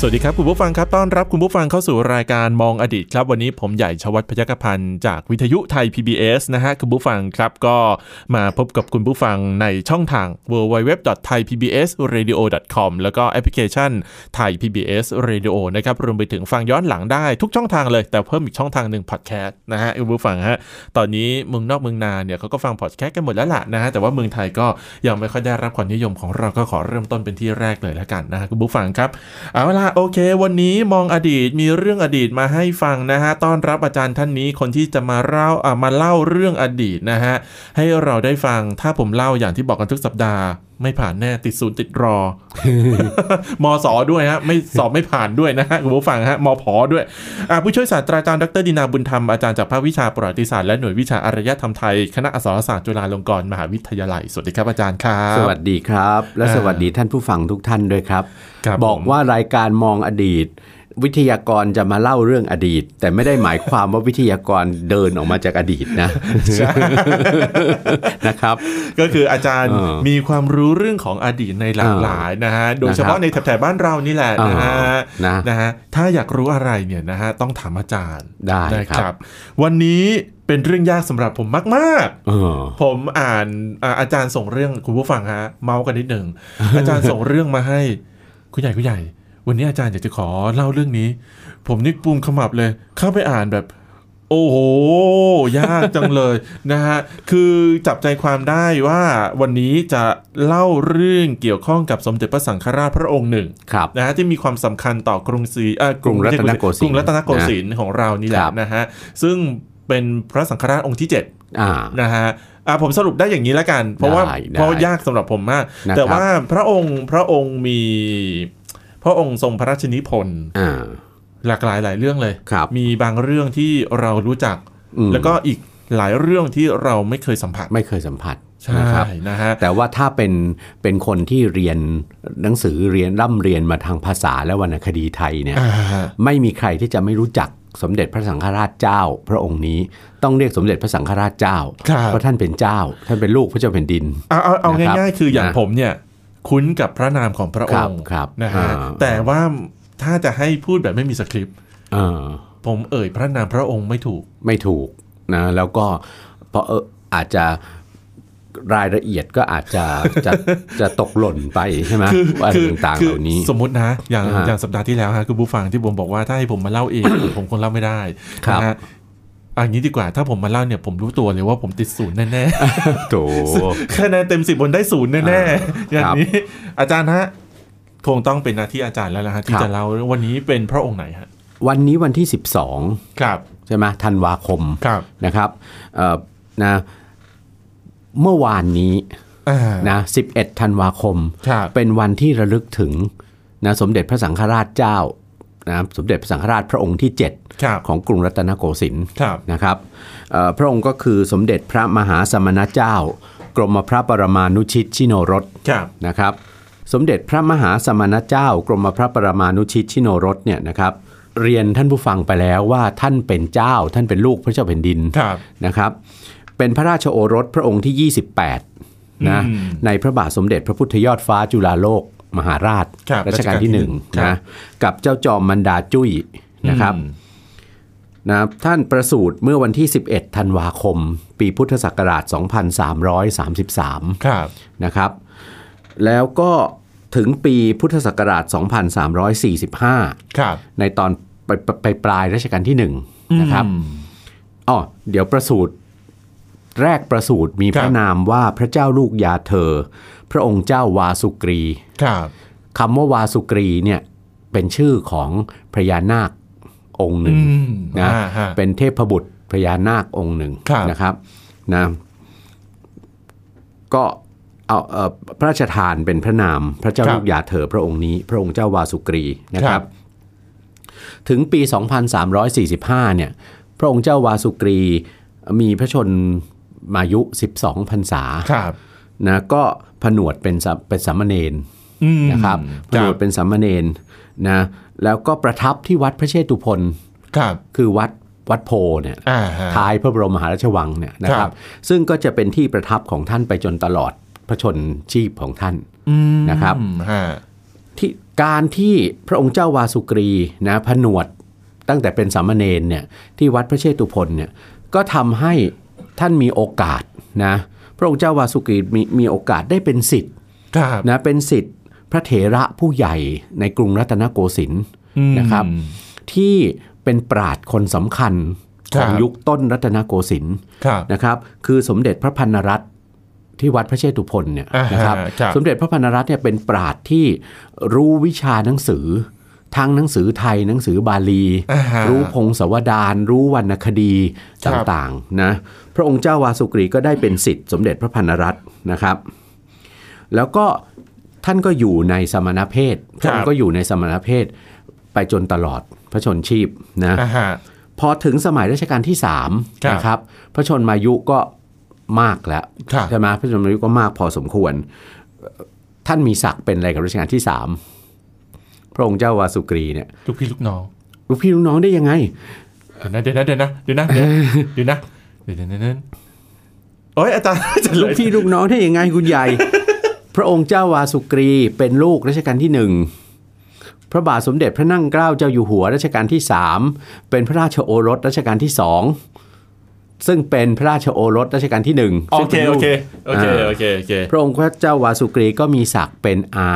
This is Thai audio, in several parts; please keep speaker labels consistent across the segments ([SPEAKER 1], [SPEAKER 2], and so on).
[SPEAKER 1] สวัสดีครับคุณผู้ฟังครับต้อนรับคุณผู้ฟังเข้าสู่รายการมองอดีตครับวันนี้ผมใหญ่ชวัฒน์พยกพันธ์จากวิทยุไทย PBS นะฮะคุณผู้ฟังครับก็มาพบกับคุณผู้ฟังในช่องทาง www.thaipbsradio.com แล้วก็แอปพลิเคชัน Thai PBS Radio นะครับรวมไปถึงฟังย้อนหลังได้ทุกช่องทางเลย แต่เพิ่มอีกช่องทางหนึ่งพอดแคสต์นะฮะคุณผู้ฟังฮะตอนนี้เมืองนอกเมืองนาเนี่ยเขาก็ฟังพอดแคสต์กันหมดแล้วล่ะนะฮะแต่ว่าเมืองไทยก็ยังไม่ค่อยได้รับความนิยมของเราก็ขอเริ่มต้นเป็นที่แรกเลยแล้วกันนะฮะคุณผู้ฟังครับ เอาล่ะโอเค วันนี้มองอดีตมีเรื่องอดีตมาให้ฟังนะฮะต้อนรับอาจารย์ท่านนี้คนที่จะมาเล่าอ่ามาเล่าเรื่องอดีตนะฮะให้เราได้ฟังถ้าผมเล่าอย่างที่บอกกันทุกสัปดาห์ ไม่ผ่านแน่ติดศูนย์ติดรอ มสด้วยฮะ ไม่สอบไม่ผ่านด้วยนะฮะคุณผู้ฟังฮะมผด้วยอ่าผู้ช่วยศาสตราจารย์ดรดินาบุญธรรมอาจารย์จากภาควิชาประวัติศาสตร์และหน่วยวิชาอารยธรรมไทยคณะอักษรศาสตร์จุฬาลงกรณ์มหาวิทยาลัยสวัสดีครับอาจารย์ครับ
[SPEAKER 2] สวัสดีครับ และสวัสดีท่านผู้ฟังทุกท่านด้วยครับ
[SPEAKER 1] ครับ
[SPEAKER 2] บอก
[SPEAKER 1] ผม
[SPEAKER 2] ว่ารายการมองอดีต วิทยากรจะมาเล่าเรื่องอดีต แต่ไม่ได้หมายความว่าวิทยากรเดินออกมาจากอดีตนะ นะครับ
[SPEAKER 1] ก็คืออาจารย์
[SPEAKER 2] เออ
[SPEAKER 1] มีความรู้เรื่องของอดีตในหลากหลายนะฮะ โดยเฉพาะในแถบๆบ้านเรานี่แหละนะฮะ
[SPEAKER 2] เออนะ
[SPEAKER 1] นะฮะ ถ้าอยากรู้อะไรเนี่ยนะฮะต้องถามอาจารย์
[SPEAKER 2] ได้ครับ
[SPEAKER 1] นะวันนี้เป็นเรื่องยากสำหรับผมมากๆ
[SPEAKER 2] เออ
[SPEAKER 1] ผมอ่านอ่าอาจารย์ส่งเรื่องคุณผู้ฟังฮะ เมาส์กันนิดหนึ่ ง อาจารย์ส่งเรื่องมาให้ คุณใหญ่คุณใหญ่ วันนี้อาจารย์อยากจะขอเล่าเรื่องนี้ ผมนี่ปุ่มขมับเลย เข้าไปอ่านแบบ โอ้โห ยากจังเลย นะฮะ คือจับใจความได้ว่าวันนี้จะเล่าเรื่องเกี่ยวข้องกับสมเด็จพระสังฆราชพระองค์หนึ่ง
[SPEAKER 2] ครับ
[SPEAKER 1] นะฮะที่มีความสำคัญต่อกรุงศรีเอ่อก
[SPEAKER 2] รุงรัตนโกสินทร์
[SPEAKER 1] กรุงรัตนโกสินทร์ของเรานี่แหละ
[SPEAKER 2] ครับ
[SPEAKER 1] นะฮะซึ่งเป็นพระสังฆราชองค์ที่เจ็ด
[SPEAKER 2] อ่า
[SPEAKER 1] นะฮะอ่ะผมสรุปได้อย่างนี้ละกัน เพราะว่า
[SPEAKER 2] ได้ได้
[SPEAKER 1] เพราะยากสำหรับผมมาก
[SPEAKER 2] นะครับ
[SPEAKER 1] แต่ว่าพระองค์พระองค์มีพระองค์ทรงพระราชนิพนธ์
[SPEAKER 2] อ่า
[SPEAKER 1] หลากหลายหลายเรื่องเลย
[SPEAKER 2] ครับ
[SPEAKER 1] มีบางเรื่องที่เรารู้จัก
[SPEAKER 2] อืม
[SPEAKER 1] แล้วก็อีกหลายเรื่องที่เราไม่เคยสัมผัส
[SPEAKER 2] ไม่เคยสัมผัส
[SPEAKER 1] ใช่
[SPEAKER 2] นะครับ
[SPEAKER 1] นะฮะ
[SPEAKER 2] แต่ว่าถ้าเป็นเป็นคนที่เรียนหนังสือเรียนร่ำเรียนมาทางภาษาและวรรณคดีไทยเนี่ย
[SPEAKER 1] อ่า
[SPEAKER 2] ไม่มีใครที่จะไม่รู้จักสมเด็จพระสังฆราชเจ้า พระองค์นี้ต้องเรียกสมเด็จพระสังฆราชเจ้า
[SPEAKER 1] ครับ
[SPEAKER 2] เพราะท่านเป็นเจ้า ท่านเป็นลูกพระเจ้าแผ่นดิน
[SPEAKER 1] เอาเอาเอา
[SPEAKER 2] นะครับ
[SPEAKER 1] ง่ายๆ คืออย่าง
[SPEAKER 2] นะ
[SPEAKER 1] ผมเนี่ยคุ้นกับพระนามของพระองค์
[SPEAKER 2] ครับครับ
[SPEAKER 1] นะฮะ
[SPEAKER 2] อ่า
[SPEAKER 1] แต่ว่าถ้าจะให้พูดแบบไม่มีสคริปต์
[SPEAKER 2] เออ
[SPEAKER 1] ผมเอ่ยพระนามพระองค์ไม่ถูก
[SPEAKER 2] ไม่ถูกนะแล้วก็เพราะเอออาจจะรายละเอียดก็อาจจะจะจะตกหล่นไปใช่ไหมอะไรต่างๆ
[SPEAKER 1] คื
[SPEAKER 2] เหล่านี้
[SPEAKER 1] สมมตินะอย่าง
[SPEAKER 2] อ่า
[SPEAKER 1] อย่างสัปดาห์ที่แล้วฮะคือผู้ฟังที่ผมบอกว่าถ้าให้ผมมาเล่าเอง ผมคงเล่าไม่ได้
[SPEAKER 2] ครับ
[SPEAKER 1] นะฮะเอันนี้ดีกว่าถ้าผมมาเล่าเนี่ยผมรู้ตัวเลยว่าผมติดศูนย์แน่
[SPEAKER 2] โถ
[SPEAKER 1] ๆ คะแนนเต็มสิบผมได้ศูนย์แน่ๆอย่างนี้ อาจารย์ฮะคงต้องเป็นหน้าที่อาจารย์แล้วนะฮะที่
[SPEAKER 2] ครับ
[SPEAKER 1] จะเล่าวันนี้เป็นพระองค์ไหนฮะ
[SPEAKER 2] วันนี้วันที่
[SPEAKER 1] ครับ
[SPEAKER 2] 12 ใช่ไหมธันวาคม
[SPEAKER 1] ครับ
[SPEAKER 2] นะครับเอ่อนะเมื่อวานนี้
[SPEAKER 1] อ่า
[SPEAKER 2] นะ11 ธันวาคม
[SPEAKER 1] ครับ
[SPEAKER 2] เป็นวันที่ระลึกถึงนะสมเด็จพระสังฆราชเจ้านะสมเด็จพระสังฆราชพระองค์ที่
[SPEAKER 1] ครับ
[SPEAKER 2] 7 ของกรุงรัตนโกสินทร์
[SPEAKER 1] ครับ
[SPEAKER 2] นะครับเอ่อพระองค์ก็คือสมเด็จพระมหาสมณเจ้า กรมพระปรมานุชิตชิโนรส
[SPEAKER 1] ครับ
[SPEAKER 2] นะครับสมเด็จพระมหาสมณเจ้า กรมพระปรมานุชิตชิโนรสเนี่ยนะครับเรียนท่านผู้ฟังไปแล้วว่าท่านเป็นเจ้า ท่านเป็นลูกพระเจ้าแผ่นดิน
[SPEAKER 1] ครับ
[SPEAKER 2] นะครับ เป็นพระราชโอรสพระองค์ที่ 28 นะ ในพระบาทสมเด็จพระพุทธยอดฟ้าจุฬาโลก มหาราช
[SPEAKER 1] ครับ
[SPEAKER 2] ชกาลที่หนึ่ง
[SPEAKER 1] ครั
[SPEAKER 2] นะ
[SPEAKER 1] บ
[SPEAKER 2] กับเจ้าจอมมันดาจุ้ยนะครับ
[SPEAKER 1] อืม
[SPEAKER 2] นะท่านประสูติเมื่อวันที่ 11 ธันวาคม ปีพุทธศักราช 2333
[SPEAKER 1] ครับ
[SPEAKER 2] นะครับ แล้วก็ถึงปีพุทธศักราช 2345
[SPEAKER 1] ครับ
[SPEAKER 2] ในตอนไปไปไปปลายรัชกาลที่หนึ่งนะครับ
[SPEAKER 1] อืม
[SPEAKER 2] อ๋อเดี๋ยวประสูตรแรกประสูตรมี
[SPEAKER 1] ค
[SPEAKER 2] พ
[SPEAKER 1] รับ
[SPEAKER 2] ระนามว่าพระเจ้าลูกยาเธอ พระองค์เจ้าวาสุกรี
[SPEAKER 1] ครับ
[SPEAKER 2] คำว่าวาสุกรีเนี่ยเป็นชื่อของพญานาคองค์หนึ่ง
[SPEAKER 1] อืม
[SPEAKER 2] นะ
[SPEAKER 1] อ่าฮะ
[SPEAKER 2] เป็นเทพบุตรพญานาคองค์หนึ่ง
[SPEAKER 1] ครับ
[SPEAKER 2] นะครับนะก็เอาเอ่อพระราชทานเป็นพระนามพระเจ้าลูกยาเธอ พระองค์นี้พระองค์เจ้าวาสุกรีนะครับ ถึงปี 2345 เนี่ย พระองค์เจ้าวาสุกรีมีพระชนมายุ 12 พรรษา
[SPEAKER 1] ครับ
[SPEAKER 2] นะ ก็ผนวดเป็นสะเป็นสามเณร
[SPEAKER 1] อืม
[SPEAKER 2] นะครับพ
[SPEAKER 1] ค
[SPEAKER 2] ระ
[SPEAKER 1] รั
[SPEAKER 2] โด
[SPEAKER 1] บ
[SPEAKER 2] ดเป็นสามเณรนะแล้วก็ประทับที่วัดพระเชตุพน
[SPEAKER 1] ครับ
[SPEAKER 2] คือวัดวัดโพเนี่ย
[SPEAKER 1] อ่าฮะ
[SPEAKER 2] ท้ายพระบรมมหาราชวังเนี่ยนะค
[SPEAKER 1] ครั
[SPEAKER 2] รับ บซึ่งก็จะเป็นที่ประทับของท่านไปจนตลอดพระชนชีพของท่าน
[SPEAKER 1] อืม
[SPEAKER 2] นะครับ
[SPEAKER 1] ฮะ
[SPEAKER 2] ที่การที่พระองค์เจ้าวาสุกรีนะผนวดตั้งแต่เป็นสามเณรเนี่ยที่วัดพระเชตุพนเนี่ยก็ทำให้ท่านมีโอกาสนะพระองค์เจ้าวาสุกรีมีมีโอกาสได้เป็นสิทธิ์
[SPEAKER 1] ครับ
[SPEAKER 2] นะเป็นสิทธิ์พระเถระผู้ใหญ่ในกรุงรัตนโกสินทร์
[SPEAKER 1] อืม
[SPEAKER 2] นะครับ ที่เป็นปราชญ์คนสำคัญของ
[SPEAKER 1] ครับ
[SPEAKER 2] ยุคต้นรัตนโกสินทร์
[SPEAKER 1] ครับ
[SPEAKER 2] นะครับคือสมเด็จพระพันรัตน์ที่วัดพระเชตุพนเนี่ย
[SPEAKER 1] อ่าฮะ
[SPEAKER 2] นะครับ
[SPEAKER 1] ครับ
[SPEAKER 2] สมเด็จพระพันรัตน์เนี่ยเป็นปราชญ์ที่รู้วิชาหนังสือ ทั้งหนังสือไทยหนังสือบาลี
[SPEAKER 1] อ่าฮะ
[SPEAKER 2] รู้พงศาวดารรู้วรรณคดี
[SPEAKER 1] ครับ
[SPEAKER 2] ต่างๆนะพระองค์เจ้าวาสุกรีก็ได้เป็นสิทธิ์สมเด็จพระพันรัตน์นะครับ แล้วก็ท่านก็อยู่ในสมณเพศ
[SPEAKER 1] ครับ
[SPEAKER 2] ท่านก็อยู่ในสมณเพศไปจนตลอดพระชนชีพนะ
[SPEAKER 1] อ่าฮะ
[SPEAKER 2] พอถึงสมัยรัชกาลที่3
[SPEAKER 1] ครับ
[SPEAKER 2] นะครับพระชนมายุก็มากแล้ว
[SPEAKER 1] ครับ
[SPEAKER 2] ใช่ไหมพระชนมายุก็มากพอสมควรเอ่อท่านมีศักดิ์เป็นอะไรกับรัชกาลที่สามพระองค์เจ้าวาสุกรีเนี่ย
[SPEAKER 1] ลูกพี่ลูกน้อง
[SPEAKER 2] ลูกพี่ลูกน้องได้ยังไง
[SPEAKER 1] เดี๋ยวนะเดี๋ยวนะเดี๋ยวนะเดี๋ยวนะเดี๋ยวนะเดี๋ยวนะเดี๋ยวนะเดี๋ยวนะโอ้ยอาจารย์จะ
[SPEAKER 2] ลูกพี่ลูกน้องได้ยังไงคุณใหญ่ พระองค์เจ้าวาสุกรีเป็นลูกรัชกาลที่หนึ่งพระบาทสมเด็จพระนั่งเกล้าเจ้าอยู่หัวรัชกาลที่สามเป็นพระราชโอรสรัชกาลที่สองซึ่งเป็นพระราชโอรสรัชกาลที่หนึ่ง
[SPEAKER 1] โอ
[SPEAKER 2] ซึ่ง
[SPEAKER 1] เค
[SPEAKER 2] ป็น
[SPEAKER 1] โอ
[SPEAKER 2] ลูก
[SPEAKER 1] เคโอเค
[SPEAKER 2] อ่า
[SPEAKER 1] โอเคโอเค
[SPEAKER 2] พระองค์พระเจ้าวาสุกรีก็มีศักดิ์เป็นอา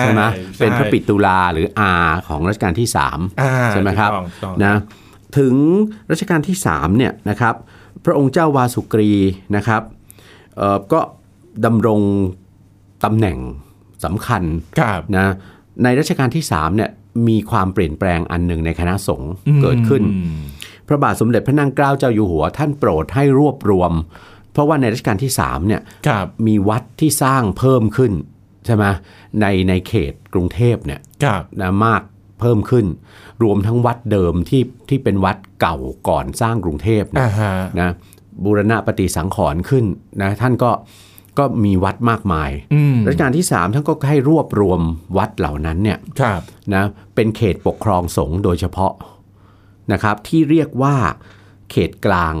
[SPEAKER 1] ใช่
[SPEAKER 2] ไหม
[SPEAKER 1] ใช่
[SPEAKER 2] เป็นพระปิตุลาหรืออาของรัชกาลที่สาม
[SPEAKER 1] อ่า
[SPEAKER 2] ใช่ไหมครับ
[SPEAKER 1] ถูกต้องถูกต้อง
[SPEAKER 2] นะถึงรัชกาลที่3เนี่ยนะครับพระองค์เจ้าวาสุกรีนะครับเอ่อก็ดำรงตำแหน่งสำคัญ
[SPEAKER 1] ครับ
[SPEAKER 2] นะในรัชกาลที่3เนี่ยมีความเปลี่ยนแปลงอันหนึ่งในคณะสงฆ์เกิดขึ้น
[SPEAKER 1] อืม
[SPEAKER 2] พระบาทสมเด็จพระนั่งเกล้าเจ้าอยู่หัว ท่านโปรดให้รวบรวม เพราะว่าในรัชกาลที่3เนี่ย
[SPEAKER 1] ครับ
[SPEAKER 2] มีวัดที่สร้างเพิ่มขึ้นใช่ไหมในในเขตกรุงเทพเนี่ย
[SPEAKER 1] ครับ
[SPEAKER 2] นะมากเพิ่มขึ้น รวมทั้งวัดเดิมที่ที่เป็นวัดเก่าก่อนสร้างกรุงเทพ
[SPEAKER 1] อ่า
[SPEAKER 2] นะ
[SPEAKER 1] ฮะ
[SPEAKER 2] นะบูรณะปฏิสังขรณ์ขึ้นนะท่านก็ก็มีวัดมากมาย
[SPEAKER 1] อืม
[SPEAKER 2] รัชกาลที่ 3 ท่านก็ให้รวบรวมวัดเหล่านั้นเนี่ย
[SPEAKER 1] ครับ
[SPEAKER 2] นะเป็นเขตปกครองสงฆ์โดยเฉพาะนะครับที่เรียกว่าเขตกลาง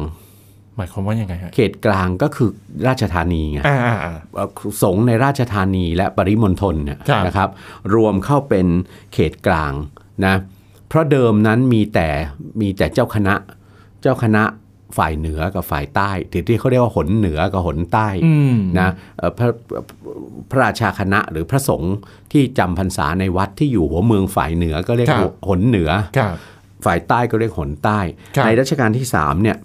[SPEAKER 1] หมายความว่ายังไงฮะ
[SPEAKER 2] เขตกลางก็คือราชธานีไง
[SPEAKER 1] อ่าอ่าอ่า
[SPEAKER 2] เอ่อสงฆ์ในราชธานีและปริมณฑลเนี่ย
[SPEAKER 1] ครับ
[SPEAKER 2] นะครับ รวมเข้าเป็นเขตกลางนะเพราะเดิมนั้นมีแต่มีแต่เจ้าคณะเจ้าคณะฝ่ายเหนือกับฝ่ายใต้ที่ที่เขาเรียกว่าหนเหนือกับหนใต้
[SPEAKER 1] อืม
[SPEAKER 2] นะเอ่อพระพระราชาคณะหรือพระสงฆ์ที่จำพรรษาในวัดที่อยู่หัวเมืองฝ่ายเหนือก็เรียกหนเหนือ
[SPEAKER 1] ครับ
[SPEAKER 2] ฝ่ายใต้ก็เรียกหนใต้
[SPEAKER 1] ครับ
[SPEAKER 2] ในรัชกาลที่สามเนี่ย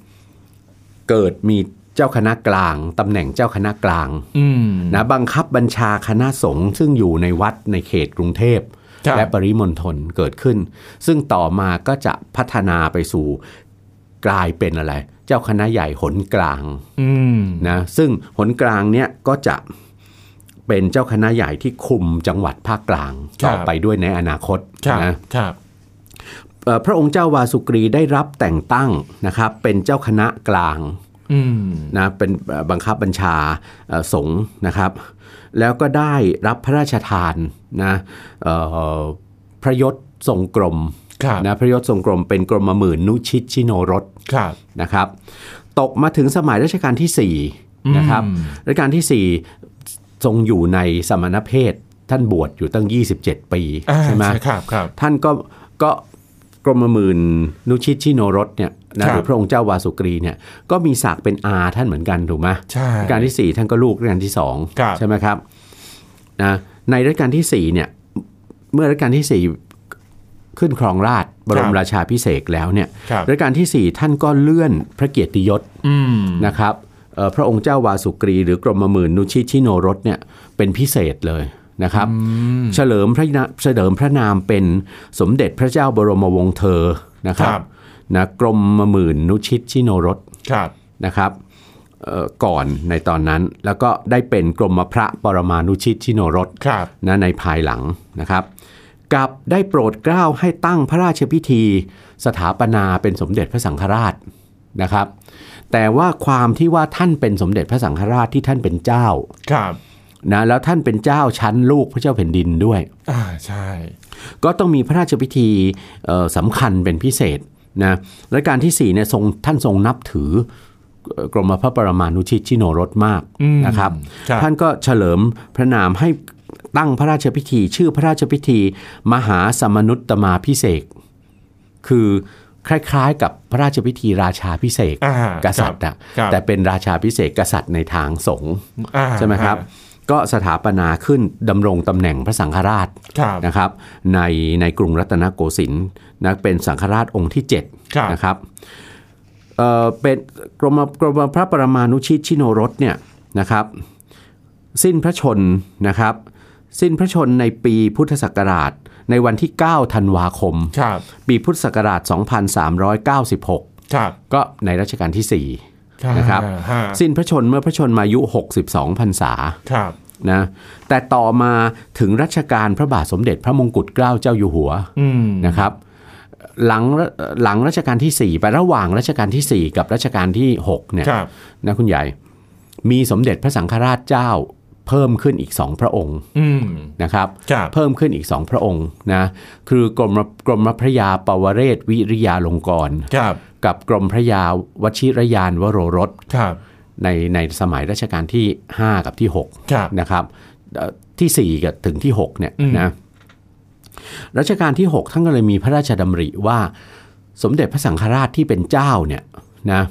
[SPEAKER 2] เกิดมีเจ้าคณะกลางตำแหน่งเจ้าคณะกลาง
[SPEAKER 1] อืม
[SPEAKER 2] นะบังคับบัญชาคณะสงฆ์ซึ่งอยู่ในวัดในเขตกรุงเทพ
[SPEAKER 1] ครับ
[SPEAKER 2] และปริมณฑลเกิดขึ้น ซึ่งต่อมาก็จะพัฒนาไปสู่กลายเป็นอะไร เจ้าคณะใหญ่หนกลาง
[SPEAKER 1] อืม
[SPEAKER 2] นะซึ่งหนกลางเนี่ยก็จะเป็นเจ้าคณะใหญ่ที่คุมจังหวัดภาคกลางต่อไปด้วยในอนาคต
[SPEAKER 1] ครับ
[SPEAKER 2] นะ
[SPEAKER 1] ครับ
[SPEAKER 2] เอ่อพระองค์เจ้าวาสุกรีได้รับแต่งตั้งนะครับเป็นเจ้าคณะกลาง
[SPEAKER 1] อืม
[SPEAKER 2] นะเป็นเอ่อบังคับบัญชาเอ่อสงฆ์นะครับ แล้วก็ได้รับพระราชทานนะเอ่อพระยศทรงกรม
[SPEAKER 1] ครับ
[SPEAKER 2] นะพระยศทรงกรมเป็นกรมหมื่นนุชิตชิโนรส
[SPEAKER 1] ครับ
[SPEAKER 2] นะครับ ตกมาถึงสมัยรัชกาลที่สี่นะครับ
[SPEAKER 1] อืม
[SPEAKER 2] รัชกาลที่สี่ทรงอยู่ในสมณเพศท่านบวชอยู่ตั้ง 27 ปี
[SPEAKER 1] อ่า
[SPEAKER 2] ใช่ไหม
[SPEAKER 1] ครับครับ
[SPEAKER 2] ท่านก็ก็กรมหมื่นนุชิตชิโนรสเนี่ยนะครับ หรือพระองค์เจ้าวาสุกรีเนี่ยก็มีศักดิ์เป็นอาท่านเหมือนกันถูกไหม
[SPEAKER 1] ใช่
[SPEAKER 2] รัชการที่ 4 ท่านก็ลูกรัชการที่ 2
[SPEAKER 1] ครับ
[SPEAKER 2] ใช่ไหมครับนะในรัชการที่ 4 เนี่ย เมื่อรัชการที่ 4 ขึ้นครองราชย์บรมราชาพิเศษกแล้วเนี่ย
[SPEAKER 1] ครับ
[SPEAKER 2] รัชการที่ 4 ท่านก็เลื่อนพระเกียรติยศ
[SPEAKER 1] อืม
[SPEAKER 2] นะครับเอ่อพระองค์เจ้าวาสุกรี หรือกรมหมื่นนุชิตชิโนรสเนี่ยเป็นพิเศษเลยนะครับ
[SPEAKER 1] อืม
[SPEAKER 2] เฉลิมพระนะเฉลิมพระนามเป็นสมเด็จพระเจ้าบรมวงศ์เธอนะครั
[SPEAKER 1] ครับ บ
[SPEAKER 2] นะกรมหมื่นนุชิตชิโนรส
[SPEAKER 1] ครับ
[SPEAKER 2] นะครับเอ่อก่อนในตอนนั้นแล้วก็ได้เป็นกรมพระปรมานุชิตชิโนรส
[SPEAKER 1] ครับ
[SPEAKER 2] นะในภายหลังนะครับกับได้โปรดเกล้าให้ตั้งพระราชพิธี สถาปนาเป็นสมเด็จพระสังฆราชนะครับ แต่ว่าความที่ว่าท่านเป็นสมเด็จพระสังฆราชที่ท่านเป็นเจ้า
[SPEAKER 1] ครับ
[SPEAKER 2] นะแล้วท่านเป็นเจ้าชั้นลูกพระเจ้าแผ่นดินด้วย
[SPEAKER 1] อ่าใช่
[SPEAKER 2] ก็ต้องมีพระราชพิธีเอ่อสำคัญเป็นพิเศษนะและการที่สี่เนี่ยทรงท่านทรงนับถือเอ่อกรมพระปรมานุชิตชิโนรสมาก
[SPEAKER 1] อืม
[SPEAKER 2] นะครับ
[SPEAKER 1] ครับ
[SPEAKER 2] ท่านก็เฉลิมพระนามให้ตั้งพระราชพิธี ชื่อพระราชพิธี มหาสมนุตตมาพิเศษกคือคล้ายๆ กับพระราชพิธีราชาพิเศษก
[SPEAKER 1] อ่าก
[SPEAKER 2] ษัตริย์อะ
[SPEAKER 1] ครับ
[SPEAKER 2] แต่เป็นราชาพิเศษกกษัตริย์ในทางสงฆ์
[SPEAKER 1] อ่า
[SPEAKER 2] ใช่ไหมครับ ก็สถาปนาขึ้นดำรงตำแหน่งพระสังฆราช
[SPEAKER 1] ครับ
[SPEAKER 2] นะครับในในกรุงรัตนโกสินทร์นะเป็นสังฆราชองค์ที่
[SPEAKER 1] ครับ
[SPEAKER 2] 7 นะครับเอ่อเป็นกรมกรมพระประมาณุชิตชิโนรสเนี่ยนะครับสิ้นพระชนนะครับ สิ้นพระชนในปีพุทธศักราชในวันที่ 9 ธันวาคม
[SPEAKER 1] ครับ
[SPEAKER 2] ปีพุทธศักราช
[SPEAKER 1] ค
[SPEAKER 2] 2396
[SPEAKER 1] รับ
[SPEAKER 2] ก็ในรัชกาลทีสี่ นะครับ
[SPEAKER 1] ฮะ
[SPEAKER 2] 4 สิ้นพระชนเมื่อพระชนมายุ 62พรรษา
[SPEAKER 1] ครับ
[SPEAKER 2] นะแต่ต่อมาถึงรัชกาลพระบาทสมเด็จพระมงกุฎเกล้าเจ้าอยู่หัว
[SPEAKER 1] อืม
[SPEAKER 2] นะครับหลังหลังรัชกาลทีสี่4 ไประหว่างรัชกาลทีสี่4 กับรัชกาลที่6เนี่ย
[SPEAKER 1] ครับ
[SPEAKER 2] นะคุณใหญ่ มีสมเด็จพระสังฆราชเจ้าเพิ่มขึ้นอีกสองพระองค์
[SPEAKER 1] อืม
[SPEAKER 2] นะครับ
[SPEAKER 1] ครับ
[SPEAKER 2] เพิ่มขึ้นอีกสองพระองค์นะคือกรมกรมพระยาปวเรศวิริยาลงกรณ์
[SPEAKER 1] ครับ
[SPEAKER 2] กับกรมพระยาวชิรยานวโรรส
[SPEAKER 1] ครับ
[SPEAKER 2] ในในสมัยรัชกาลที่ 5 กับที่ 6
[SPEAKER 1] ครับ
[SPEAKER 2] นะครับเอ่อที่ 4 กับถึงที่ 6 เนี่ย
[SPEAKER 1] อืม
[SPEAKER 2] นะรัชกาลที่ 6 ท่านก็เลยมีพระราชดำริว่าสมเด็จพระสังฆราชที่เป็นเจ้าเนี่ยนะ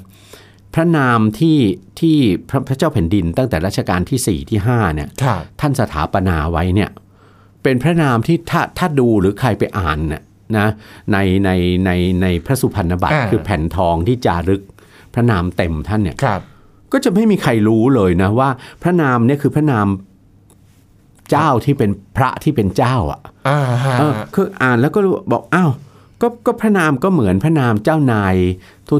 [SPEAKER 2] พระนามที่ที่พระพระเจ้าแผ่นดินตั้งแต่รัชกาลที่ 4 ที่5เนี่ย
[SPEAKER 1] ครับ
[SPEAKER 2] ท่านสถาปนาไว้เนี่ยเป็นพระนามที่ถ้าถ้าดูหรือใครไปอ่านน่ะนะในในในในพระสุพรรณบัตรคือแผ่นทองที่จารึกพระนามเต็มท่านเนี่ย
[SPEAKER 1] ครับ
[SPEAKER 2] ก็จะไม่มีใครรู้เลยนะว่าพระนามเนี่ยคือพระนามเจ้าที่เป็นพระที่เป็นเจ้าอ่ะ
[SPEAKER 1] อ่าฮะ
[SPEAKER 2] เออคืออ่านแล้วก็รู้บอกอ้าวก็ก็พระนามก็เหมือนพระนามเจ้านาย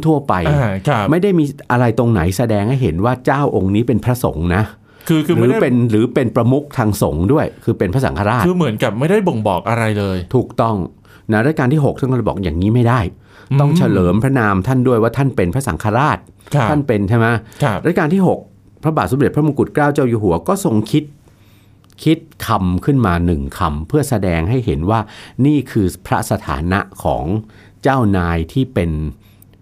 [SPEAKER 2] ทั่ว ๆ ไป
[SPEAKER 1] อ่าครับ
[SPEAKER 2] ไม่ได้มีอะไรตรงไหนแสดงให้เห็นว่าเจ้าองค์นี้เป็นพระสงฆ์นะ
[SPEAKER 1] คือคือ
[SPEAKER 2] หรื
[SPEAKER 1] ไม่
[SPEAKER 2] อ
[SPEAKER 1] ได้
[SPEAKER 2] เป็นหรือเป็นประมุขทางสงฆ์ด้วย คือเป็นพระสังฆราช
[SPEAKER 1] คือเหมือนกับไม่ได้บ่งบอกอะไรเลย
[SPEAKER 2] ถูกต้องนะรัชกาลที่6ท่านก็เลยบอกอย่างนี้ไม่ได้ ต้องเฉลิมพระนามท่านด้วยว่าท่านเป็นพระสังฆราช
[SPEAKER 1] ครับ
[SPEAKER 2] ท่านเป็นใช่ไหม
[SPEAKER 1] ครับ
[SPEAKER 2] รัชกาลที่ 6 พระบาทสมเด็จพระมงกุฎเกล้าเจ้าอยู่หัวก็ทรงคิด คิดคำขึ้นมาหนึ่งคำเพื่อแสดงให้เห็นว่านี่คือพระสถานะของเจ้านายที่เป็น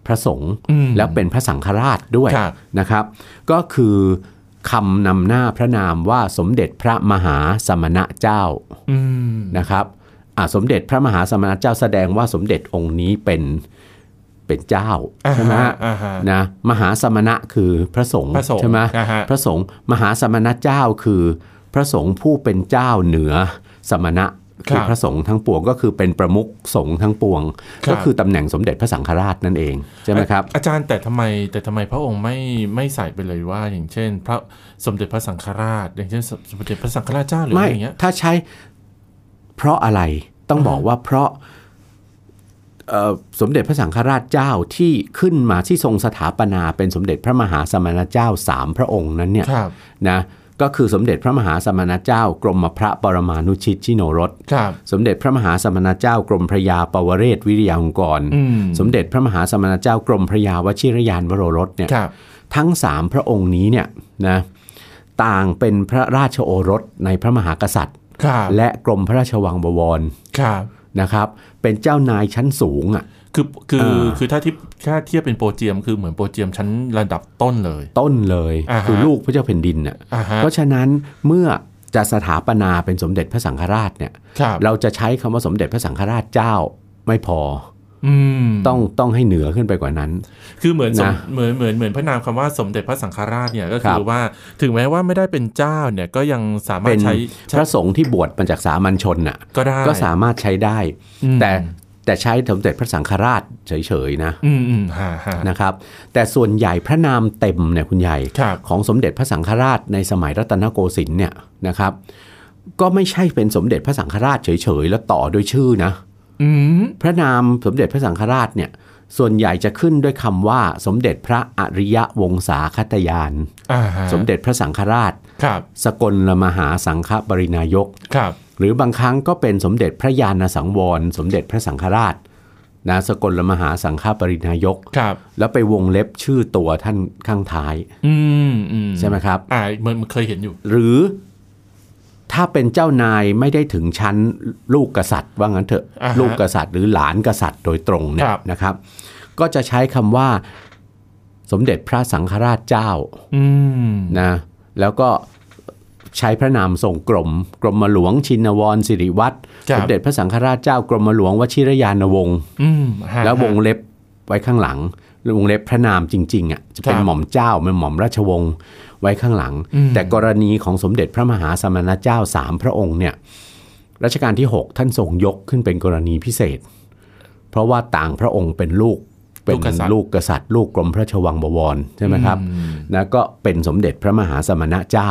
[SPEAKER 2] พระสงฆ์
[SPEAKER 1] อืม
[SPEAKER 2] แล้วเป็นพระสังฆราชด้วย
[SPEAKER 1] ครับ
[SPEAKER 2] นะครับ ก็คือคำนำหน้าพระนามว่าสมเด็จพระมหาสมณะเจ้า
[SPEAKER 1] อืม
[SPEAKER 2] นะครับอ่ะสมเด็จพระมหาสมณะเจ้าแสดงว่าสมเด็จองค์นี้เป็นเป็นเจ้า
[SPEAKER 1] อ่า
[SPEAKER 2] ใช่ไหม
[SPEAKER 1] ฮะ
[SPEAKER 2] ฮะ
[SPEAKER 1] อ่าฮะ
[SPEAKER 2] นะมหาสมณะคือพระสงฆ์
[SPEAKER 1] พระสงฆ์
[SPEAKER 2] ใช่ไหม
[SPEAKER 1] อ่าฮะ
[SPEAKER 2] พระสงฆ์มหาสมณะเจ้าคือพระสงฆ์ผู้เป็นเจ้าเหนือสมณะคือพระสงฆ์ทั้งปวงก็คือเป็นประมุขสงฆ์ทั้งปวง ก็คือตำแหน่งสมเด็จพระสังฆราชนั่นเองใช่ไหมครับ
[SPEAKER 1] อาจารย์แต่ทำไมแต่ทำไมพระองค์ไม่ไม่ใส่ไปเลยว่า อย่างเช่น พระสมเด็จพระสังฆราช อย่างเช่น สมเด็จพระสังฆราชเจ้าหรือ
[SPEAKER 2] ไม่
[SPEAKER 1] อะไรอย่างเงี้ย
[SPEAKER 2] ถ้าใช้เพราะอะไรต้องบอกว่าเพราะเอ่อสมเด็จพระสังฆราชเจ้าที่ขึ้นมาที่ทรงสถาปนาเป็นสมเด็จพระมหาสมณเจ้าสามพระองค์นั้นเนี่ย
[SPEAKER 1] ครับ
[SPEAKER 2] นะก็คือสมเด็จพระมหาสมณเจ้ากรมพระปรมานุชิตชิโนรส
[SPEAKER 1] ครับ
[SPEAKER 2] สมเด็จพระมหาสมณเจ้ากรมพระยาปวเรศวิริยาลงกรณ์
[SPEAKER 1] อืม
[SPEAKER 2] สมเด็จพระมหาสมณเจ้ากรมพระยาวชิรยานวโรรสเนี่ย
[SPEAKER 1] ครับ
[SPEAKER 2] ทั้งสามพระองค์นี้เนี่ยนะต่างเป็นพระราชโอรสในพระมหากษัตริย์
[SPEAKER 1] ครับ
[SPEAKER 2] และกรมพระราชวังบวร
[SPEAKER 1] ครับ
[SPEAKER 2] นะครับ เป็นเจ้านายชั้นสูงอ่ะ
[SPEAKER 1] คือคือ
[SPEAKER 2] อ่า
[SPEAKER 1] คือถ้าที่ถ้าเทียบเป็นโปรเจียมคือเหมือนโปรเจียมชั้นระดับต้นเลย
[SPEAKER 2] ต้นเลย
[SPEAKER 1] อ่าฮะ
[SPEAKER 2] คือลูกพระเจ้าแผ่นดินอ่ะ
[SPEAKER 1] อ่าฮะ
[SPEAKER 2] เพราะฉะนั้นเมื่อจะสถาปนาเป็นสมเด็จพระสังฆราชเนี่ย
[SPEAKER 1] ครับ
[SPEAKER 2] เราจะใช้คำว่าสมเด็จพระสังฆราชเจ้าไม่พอ
[SPEAKER 1] อืม
[SPEAKER 2] อต้องต้องให้เหนือขึ้นไปกว่านั้น
[SPEAKER 1] คือเหมือนสม
[SPEAKER 2] นะ
[SPEAKER 1] เหมือนเหมือนเหมือนพระนามคำว่าสมเด็จพระสังฆราชเนี่ยก็คื
[SPEAKER 2] ค
[SPEAKER 1] อ
[SPEAKER 2] รับ
[SPEAKER 1] ว่าถึงแม้ว่าไม่ได้เป็นเจ้าเนี่ยก็ยังสามาร
[SPEAKER 2] เป็
[SPEAKER 1] ถ
[SPEAKER 2] น
[SPEAKER 1] ใช้
[SPEAKER 2] พระสงฆ์ที่บวชมาจากสามัญชนน่ะ
[SPEAKER 1] ก็ได้
[SPEAKER 2] ก็สามารถใช้ได้
[SPEAKER 1] อืม
[SPEAKER 2] แต่แต่ใช้สมเด็จพระสังฆราชเฉยๆนะ
[SPEAKER 1] อืมอืมฮะฮะ
[SPEAKER 2] นะครับ แต่ส่วนใหญ่พระนามเต็มเนี่ยคุณใหญ่
[SPEAKER 1] ครับ
[SPEAKER 2] ของสมเด็จพระสังฆราชในสมัยรัตนโกสินทร์เนี่ยนะครับ ก็ไม่ใช่เป็นสมเด็จพระสังฆราชเฉยๆแล้วต่อด้วยชื่อนะ
[SPEAKER 1] อืม
[SPEAKER 2] พระนามสมเด็จพระสังฆราชเนี่ยส่วนใหญ่จะขึ้นด้วยคำว่าสมเด็จพระอริยวงศาคตยาน
[SPEAKER 1] อ่าฮะ
[SPEAKER 2] สมเด็จพระสังฆราช
[SPEAKER 1] ครับ
[SPEAKER 2] สกลมหาสังฆปรินายก
[SPEAKER 1] ครับ
[SPEAKER 2] หรือบางครั้งก็เป็นสมเด็จพระญาณสังวร สมเด็จพระสังฆราชนะสกลมหาสังฆปรินายก
[SPEAKER 1] ครับ
[SPEAKER 2] แล้วไปวงเล็บชื่อตัวท่านข้างท้าย
[SPEAKER 1] อืมอืม
[SPEAKER 2] ใช่ไหมครับ
[SPEAKER 1] อ่าเหมือนเหมือนเคยเห็นอยู่
[SPEAKER 2] หรือ ถ้าเป็นเจ้านายไม่ได้ถึงชั้นลูกกษัตริย์ว่างั้นเถอะ
[SPEAKER 1] อ่าฮะ
[SPEAKER 2] ลูกกษัตริย์หรือหลานกษัตริย์โดยตรงเนี่
[SPEAKER 1] ค
[SPEAKER 2] ย
[SPEAKER 1] รับ
[SPEAKER 2] นะครับ ก็จะใช้คำว่าสมเด็จพระสังฆราชเจ้า
[SPEAKER 1] อืม
[SPEAKER 2] นะแล้วก็ใช้พระนามทรงกรม กรมหลวงชินวรสิริวัตร
[SPEAKER 1] ครับ
[SPEAKER 2] สมเด็จพระสังฆราชเจ้ากรมหลวงวชิรยานวงศ์
[SPEAKER 1] อืมฮะ
[SPEAKER 2] แล้ววงเล็บไว้ข้างหลังแล้ววงเล็บพระนามจริงๆอ่ะจะเป็น
[SPEAKER 1] ครับ
[SPEAKER 2] หม่อมเจ้าเป็นหม่อมราชวงศ์ไว้ข้างหลัง
[SPEAKER 1] อืม
[SPEAKER 2] แต่กรณีของสมเด็จพระมหาสมณเจ้าสามพระองค์เนี่ยรัชกาลที่ 6 ท่านทรงยกขึ้นเป็นกรณีพิเศษ เพราะว่าต่างพระองค์เป็นลูกเป็นลูกกษัตริย์ ลูกกรมพระชวังบวรใช่ไหมครับ
[SPEAKER 1] อืม
[SPEAKER 2] นะก็เป็นสมเด็จพระมหาสมณเจ้า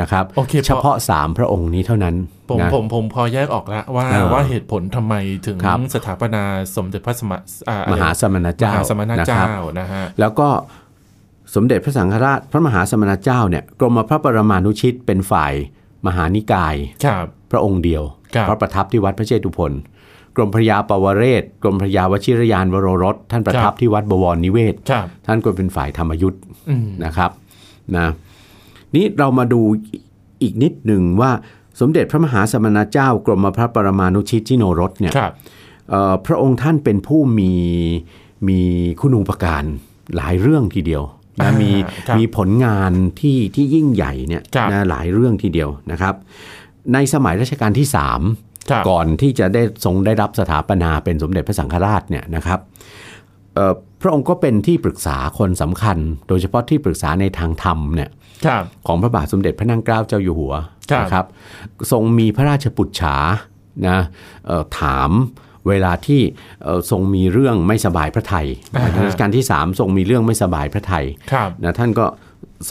[SPEAKER 2] นะครับ
[SPEAKER 1] โอเค
[SPEAKER 2] เฉพาะสามพระองค์นี้เท่านั้น
[SPEAKER 1] ผม
[SPEAKER 2] นะ
[SPEAKER 1] ผมผมพอแยกออกละว่า
[SPEAKER 2] อ่า
[SPEAKER 1] ว่าเหตุผลทำไมถึง
[SPEAKER 2] ครับ
[SPEAKER 1] สถาปนาสมเด็จพระสมณอ่อะไร
[SPEAKER 2] มหาสมณ
[SPEAKER 1] ม
[SPEAKER 2] เจ้า
[SPEAKER 1] หาสมณ
[SPEAKER 2] นะค
[SPEAKER 1] เจ้า
[SPEAKER 2] รับ
[SPEAKER 1] นะฮะ
[SPEAKER 2] แล้วก็สมเด็จพระสังฆราชพระมหาสมณเจ้าเนี่ยกรมพระปรมานุชิตเป็นฝ่ายมหานิกาย
[SPEAKER 1] ครับ
[SPEAKER 2] พระองค์เดียว
[SPEAKER 1] ครับ
[SPEAKER 2] เพราะประทับที่วัดพระเจดุพนกรมพระยาปวเรศกรมพระยาวชิรยานวโรรสท่านประ
[SPEAKER 1] ครั
[SPEAKER 2] ทับบ ที่วัดบวรนิเวศ
[SPEAKER 1] ครับ
[SPEAKER 2] ท่านก็เป็นฝ่ายธรรมยุทธ์
[SPEAKER 1] อืม
[SPEAKER 2] นะครับนะนี่เรามาดูอีกนิดหนึ่งว่าสมเด็จพระมหาสมณเจ้ากรมพระปรมานุชิตจิโนรสเนี่ย
[SPEAKER 1] ครับ
[SPEAKER 2] เอ่อพระองค์ท่านเป็นผู้มีมีคุณูปการหลายเรื่องทีเดียวนะ
[SPEAKER 1] อ่ามี
[SPEAKER 2] มี
[SPEAKER 1] ครับ
[SPEAKER 2] มีผลงานที่ที่ยิ่งใหญ่เนี่ย
[SPEAKER 1] ครับ
[SPEAKER 2] นะหลายเรื่องทีเดียวนะครับ ในสมัยรัชกาลที่ 3
[SPEAKER 1] ครับ
[SPEAKER 2] ก่อนที่จะได้ทรงได้รับสถาปนาเป็นสมเด็จพระสังฆราชเนี่ยนะครับเอ่อพระองค์ก็เป็นที่ปรึกษาคนสำคัญ โดยเฉพาะที่ปรึกษาในทางธรรมเนี่ย
[SPEAKER 1] ครับ
[SPEAKER 2] ของพระบาทสมเด็จพระนั่งเกล้าเจ้าอยู่หัว
[SPEAKER 1] ครับ
[SPEAKER 2] นะครับ ทรงมีพระราชปุจฉานะเอ่อถามเวลาที่เอ่อทรงมีเรื่องไม่สบายพระไทย
[SPEAKER 1] อ่าฮะ
[SPEAKER 2] ในรัชกาลที่ 3 ทรงมีเรื่องไม่สบายพระไทย
[SPEAKER 1] ครับ
[SPEAKER 2] นะท่านก็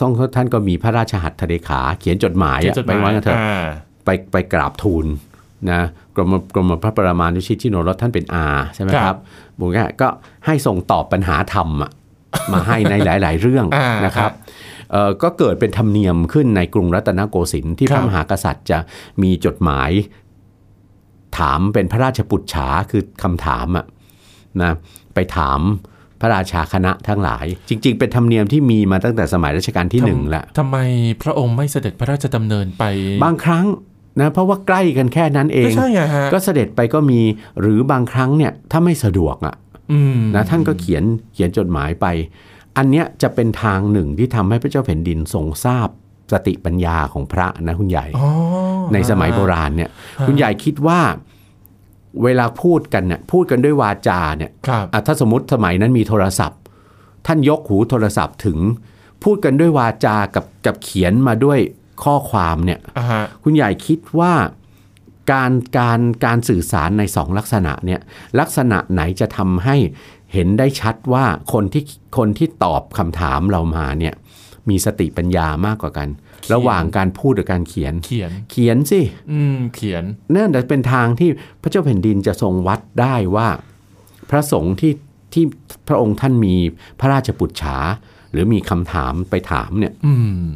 [SPEAKER 2] ทรงท่านก็มีพระราชหัตถเลขา เขียนจดหมาย
[SPEAKER 1] เขีย
[SPEAKER 2] อะ
[SPEAKER 1] นจดห
[SPEAKER 2] ไป
[SPEAKER 1] มาย
[SPEAKER 2] ไว้กันเถอะ
[SPEAKER 1] อ่า
[SPEAKER 2] ไปไปกราบทูลนะกรมกรมพระปรามานุชิตชิโนรสท่านเป็นอาใช่ไหม
[SPEAKER 1] ค
[SPEAKER 2] ค
[SPEAKER 1] รั
[SPEAKER 2] รั
[SPEAKER 1] บบ
[SPEAKER 2] บุญก็ให้ส่งตอบปัญหาธรรมอะ มาให้ในหลาย ๆ เรื่อง
[SPEAKER 1] อ่าน
[SPEAKER 2] นะครับเอ่อก็เกิดเป็นธรรมเนียมขึ้นในกรุงรัตนโกสินทร์ที่
[SPEAKER 1] ครับ
[SPEAKER 2] พระมหากษัตริย์จะมีจดหมายถามเป็นพระราชปุจฉาคือคำถามอะนะไปถามพระราชาคณะทั้งหลาย จริง ๆ เป็นธรรมเนียมที่มีมาตั้งแต่สมัยรัชกาลที่หนึ่ง
[SPEAKER 1] ทำ
[SPEAKER 2] ละ
[SPEAKER 1] ทำไมพระองค์ไม่เสด็จพระราชดำเนินไป
[SPEAKER 2] บางครั้งนะเพราะว่าใกล้กันแค่นั้นเอ
[SPEAKER 1] ก็
[SPEAKER 2] ง
[SPEAKER 1] ใช่ไงฮะ
[SPEAKER 2] ก็เสด็จไปก็มีหรือบางครั้งเนี่ยถ้าไม่สะดวกอะ
[SPEAKER 1] อืม
[SPEAKER 2] นะท่านก็เขียนเขียนจดหมายไป อันเนี้ยจะเป็นทางหนึ่งที่ทำให้พระเจ้าแผ่นดินทรงทราบสติปัญญาของพระนะคุณใหญ่
[SPEAKER 1] อ๋อ
[SPEAKER 2] ในสมัยโบราณเนี่ยคุณใหญ่คิดว่าเวลาพูดกันเนี่ยพูดกันด้วยวาจาเนี่ย
[SPEAKER 1] ครับ
[SPEAKER 2] อ่ะถ้าสมมติสมัยนั้นมีโทรศัพท์ ท่านยกหูโทรศัพท์ถึง พูดกันด้วยวาจากับกับเขียนมาด้วยข้อความเนี่ย
[SPEAKER 1] อ่าฮะ
[SPEAKER 2] คุณใหญ่คิดว่าการการการสื่อสารในสองลักษณะเนี่ยลักษณะไหนจะทำให้เห็นได้ชัดว่าคนที่คนที่ตอบคำถามเรามาเนี่ยมีสติปัญญามากกว่ากัน ระหว่างการพูดหรือการเขียน
[SPEAKER 1] เขียน
[SPEAKER 2] เขียนสิ
[SPEAKER 1] อืมเขียน
[SPEAKER 2] นั่นจะเป็นทางที่พระเจ้าแผ่นดินจะทรงวัดได้ว่า พระสงฆ์ที่ที่พระองค์ท่านมีพระราชปุจฉาหรือมีคำถามไปถามเนี่ย
[SPEAKER 1] อืม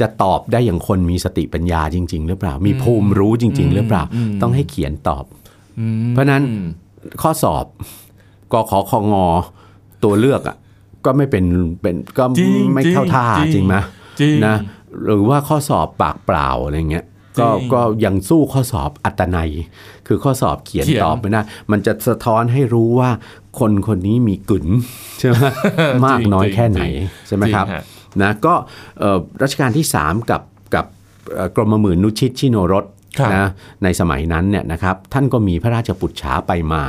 [SPEAKER 2] จะตอบได้อย่างคนมีสติปัญญาจริง ๆ หรือเปล่า มีภูมิรู้จริง ๆ หรือเปล่า
[SPEAKER 1] อืม
[SPEAKER 2] ต้องให้เขียนตอบ
[SPEAKER 1] อืม
[SPEAKER 2] เพราะฉะนั้น
[SPEAKER 1] อืม
[SPEAKER 2] ข้อสอบกขคงตัวเลือกอ่ะก็ไม่เป็นเป็นก็
[SPEAKER 1] จริง
[SPEAKER 2] ไม่เข้าท่า
[SPEAKER 1] จริง
[SPEAKER 2] จริงไหม
[SPEAKER 1] จริง
[SPEAKER 2] นะหรือว่าข้อสอบปากเปล่าอะไรเงี้ยก็
[SPEAKER 1] จริง
[SPEAKER 2] ก็ยังสู้ข้อสอบอัตนัย คือข้อสอบเขียน
[SPEAKER 1] เขียน
[SPEAKER 2] ตอบไม่ได้มันจะสะท้อนให้รู้ว่าคนคนนี้มีกลืนใช่ ไหมมากน้อยแค่ไหนใช่ไหมครับ
[SPEAKER 1] จงฮะ
[SPEAKER 2] นะก็เอ่อรัชกาลที่ 3 กับกับเอ่อกรมหมื่นนุชิตชิโนรส
[SPEAKER 1] ครับ
[SPEAKER 2] นะในสมัยนั้นเนี่ยนะครับท่านก็มีพระราชปุจฉาไปมา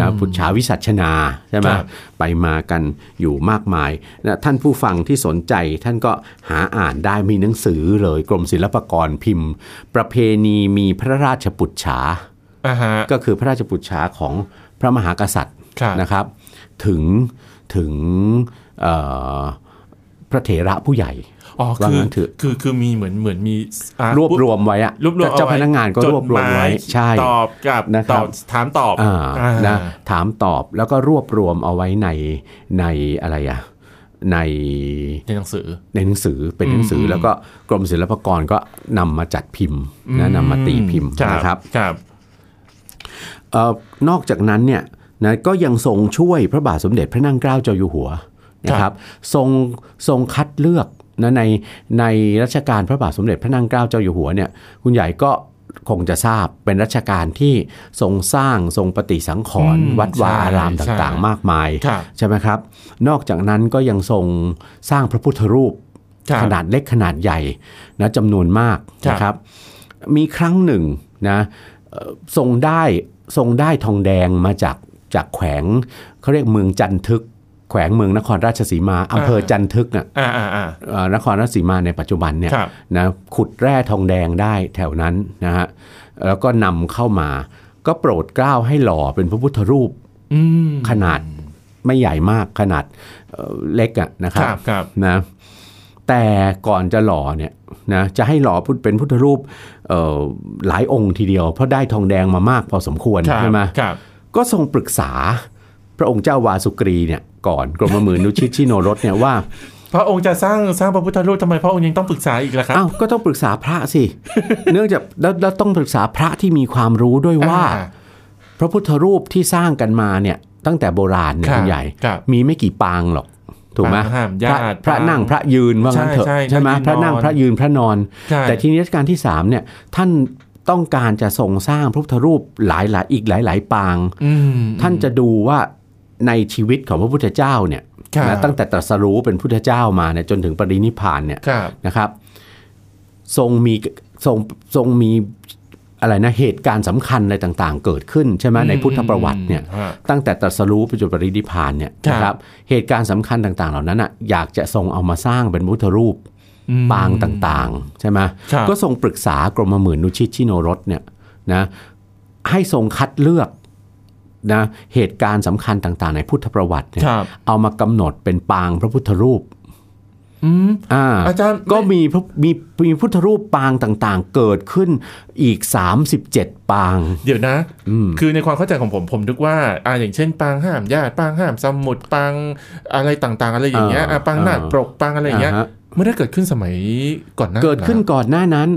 [SPEAKER 2] นะปุจฉาวิสัชนาใช่ไหมไปมากันอยู่มากมายนะท่านผู้ฟังที่สนใจท่านก็หาอ่านได้มีหนังสือเลยกรมศิลปากรพิมพ์ ประเพณีมีพระราชปุจฉา
[SPEAKER 1] อ่าฮะ
[SPEAKER 2] ก็คือพระราชปุจฉาของพระมหากษัตริย์
[SPEAKER 1] ครับ
[SPEAKER 2] นะครับ ถึงถึงเอ่อพระเถระผู้ใหญ่
[SPEAKER 1] อ๋อ
[SPEAKER 2] ว่า
[SPEAKER 1] คือ
[SPEAKER 2] งั้นเถอะ
[SPEAKER 1] คือคือมีเหมือนเหมือนมีอ่ะ
[SPEAKER 2] รวบรวมไว้อะ
[SPEAKER 1] รวบรวมอไ
[SPEAKER 2] เจ้าพนักงานก็รวบรวมไว้
[SPEAKER 1] จดหาย
[SPEAKER 2] ใช่
[SPEAKER 1] ตอบกับ
[SPEAKER 2] นะค
[SPEAKER 1] ต
[SPEAKER 2] รับ
[SPEAKER 1] อบถามตอบ
[SPEAKER 2] อ่า
[SPEAKER 1] อ่า
[SPEAKER 2] นะถามตอบแล้วก็รวบรวมเอาไว้ในในอะไรอะใน
[SPEAKER 1] ในหนังสือ
[SPEAKER 2] ในหนังสือเป็นหนังสืออ
[SPEAKER 1] ม
[SPEAKER 2] แล้วก็กรมศิลปากรก็นำมาจัดพิมพ์นะนำมาตีพิมพ์นะครับ
[SPEAKER 1] ครับ
[SPEAKER 2] เอ่อนอกจากนั้นเนี่ยนะก็ยังทรงช่วยพระบาทสมเด็จพระนั่งเกล้าเจ้าอยู่หัวนะครับ ทรงทรงคัดเลือก นะในในรัชกาลพระบาทสมเด็จพระนั่งเกล้าเจ้าอยู่หัวเนี่ยคุณใหญ่ก็คงจะทราบเป็นรัชกาลที่ทรงสร้างทรงปฏิสังขรณ์
[SPEAKER 1] อืม
[SPEAKER 2] วัดวา
[SPEAKER 1] ใช่
[SPEAKER 2] อารามต่าง
[SPEAKER 1] ใช่
[SPEAKER 2] ๆ มากมาย
[SPEAKER 1] ครับ
[SPEAKER 2] ใช่ไหมครับ นอกจากนั้นก็ยังทรงสร้างพระพุทธรูป
[SPEAKER 1] ครับ
[SPEAKER 2] ขนาดเล็กขนาดใหญ่นะจำนวนมาก
[SPEAKER 1] ครับ
[SPEAKER 2] นะครับ มีครั้งหนึ่งนะเอ่อทรงได้ทรงได้ทองแดงมาจากจากแขวงเขาเรียกเมืองจันทึก แขวงเมืองนครราชสีมาอำเภอจันทึกน่ะ
[SPEAKER 1] อ่าอ่าอ่า
[SPEAKER 2] เอ่อนครราชสีมาในปัจจุบันเนี่ย
[SPEAKER 1] ครับ
[SPEAKER 2] นะขุดแร่ทองแดงได้แถวนั้นนะฮะแล้วก็นำเข้ามา ก็โปรดเกล้าให้หล่อเป็นพระพุทธรูป
[SPEAKER 1] อืม
[SPEAKER 2] ขนาดไม่ใหญ่มากขนาดเอ่อเล็กอะนะค
[SPEAKER 1] ครับ รับครับ
[SPEAKER 2] นะแต่ก่อนจะหล่อเนี่ยนะจะให้หล่อพุทธเป็นพุทธรูปเอ่อหลายองค์ทีเดียว เพราะได้ทองแดงมามากพอสมควร
[SPEAKER 1] ครับ
[SPEAKER 2] ใช่ไหม
[SPEAKER 1] ครับ
[SPEAKER 2] ก็ทรงปรึกษาพระองค์เจ้าวาสุกรีเนี่ยก่อนกรมหมื่นนุชิตชิโนรสเนี่ยว่า
[SPEAKER 1] พระองค์จะสร้างสร้างพระพุทธรูปทำไมพระองค์ยังต้องปรึกษาอีกล่ะครับ
[SPEAKER 2] อ้าวก็ต้องปรึกษาพระสิ เนื่องจากแล้วแล้วต้องปรึกษาพระที่มีความรู้ด้วยว่า พระพุทธรูปที่สร้างกันมาเนี่ยตั้งแต่โบราณเนี่ย
[SPEAKER 1] ครับ
[SPEAKER 2] คุณใหญ่
[SPEAKER 1] ครับ
[SPEAKER 2] มีไม่กี่ปางหรอกถูกไหม
[SPEAKER 1] ปางห้ามญาติ
[SPEAKER 2] พระพระ
[SPEAKER 1] ปาง
[SPEAKER 2] นั่งพระยืนว่างั้นเถอะ
[SPEAKER 1] ใช่ใช่
[SPEAKER 2] ไหม
[SPEAKER 1] นั่งยืน
[SPEAKER 2] พระนั่ง
[SPEAKER 1] นอน
[SPEAKER 2] พระยืนพระนอน
[SPEAKER 1] ใช่
[SPEAKER 2] แต่ที่นี้รัชกาลที่สามเนี่ยท่านต้องการจะทรงสร้างพระพุทธรูปหลายหลายๆอีกหลายหลายๆปาง
[SPEAKER 1] อืม
[SPEAKER 2] ท่านจะดูว่าในชีวิตของพระพุทธเจ้าเนี่ย
[SPEAKER 1] ครับ
[SPEAKER 2] นะตั้งแต่ตรัสรู้เป็นพุทธเจ้ามาเนี่ยจนถึงปรินิพพานเนี่ย
[SPEAKER 1] ครับ
[SPEAKER 2] นะครับทรงมีทรงทรงมีอะไรนะเหตุการณ์สำคัญอะไรต่างๆ เกิดขึ้นใช่ไหมในพุทธประวัติเนี่ย
[SPEAKER 1] ฮะ
[SPEAKER 2] ตั้งแต่ตรัสรู้ไปจนปรินิพพานเนี่ย
[SPEAKER 1] ครับ
[SPEAKER 2] นะครับเหตุการณ์สำคัญต่างๆ เหล่านั้นอ่ะอยากจะทรงเอามาสร้างเป็นพุทธรูป
[SPEAKER 1] อืม
[SPEAKER 2] ปางต่างๆใช่ไหม
[SPEAKER 1] ครับ
[SPEAKER 2] ก็ทรงปรึกษากรมหมื่นนุชิตชิโนรสเนี่ยนะให้ทรงคัดเลือกนะเหตุการณ์สำคัญต่างๆ ในพุทธประวัติเนี่ย
[SPEAKER 1] ครับ
[SPEAKER 2] เอามากำหนดเป็นปางพระพุทธรูป
[SPEAKER 1] อืม
[SPEAKER 2] อ่า
[SPEAKER 1] อาจารย์
[SPEAKER 2] ก็
[SPEAKER 1] ไม่
[SPEAKER 2] มีพระมีมีพุทธรูปปางต่างๆ เกิดขึ้นอีก 37 ปาง
[SPEAKER 1] เดี๋ยวนะ คือในความเข้าใจของผมผมนึกว่าอ่าอย่างเช่นปางห้ามญาติปางห้ามสมุดปางอะไรต่างๆ อะไรอย่างเงี้ย
[SPEAKER 2] อ่า
[SPEAKER 1] อ่ะปางหน้า
[SPEAKER 2] อ่า
[SPEAKER 1] ปรกปางอะไรอย่างเงี้ย
[SPEAKER 2] อ่าฮะ
[SPEAKER 1] ไม่ได้เกิดขึ้นสมัยก่อนหน้า
[SPEAKER 2] เกิดขึ้น
[SPEAKER 1] หรอ
[SPEAKER 2] ก่อนหน้านั้น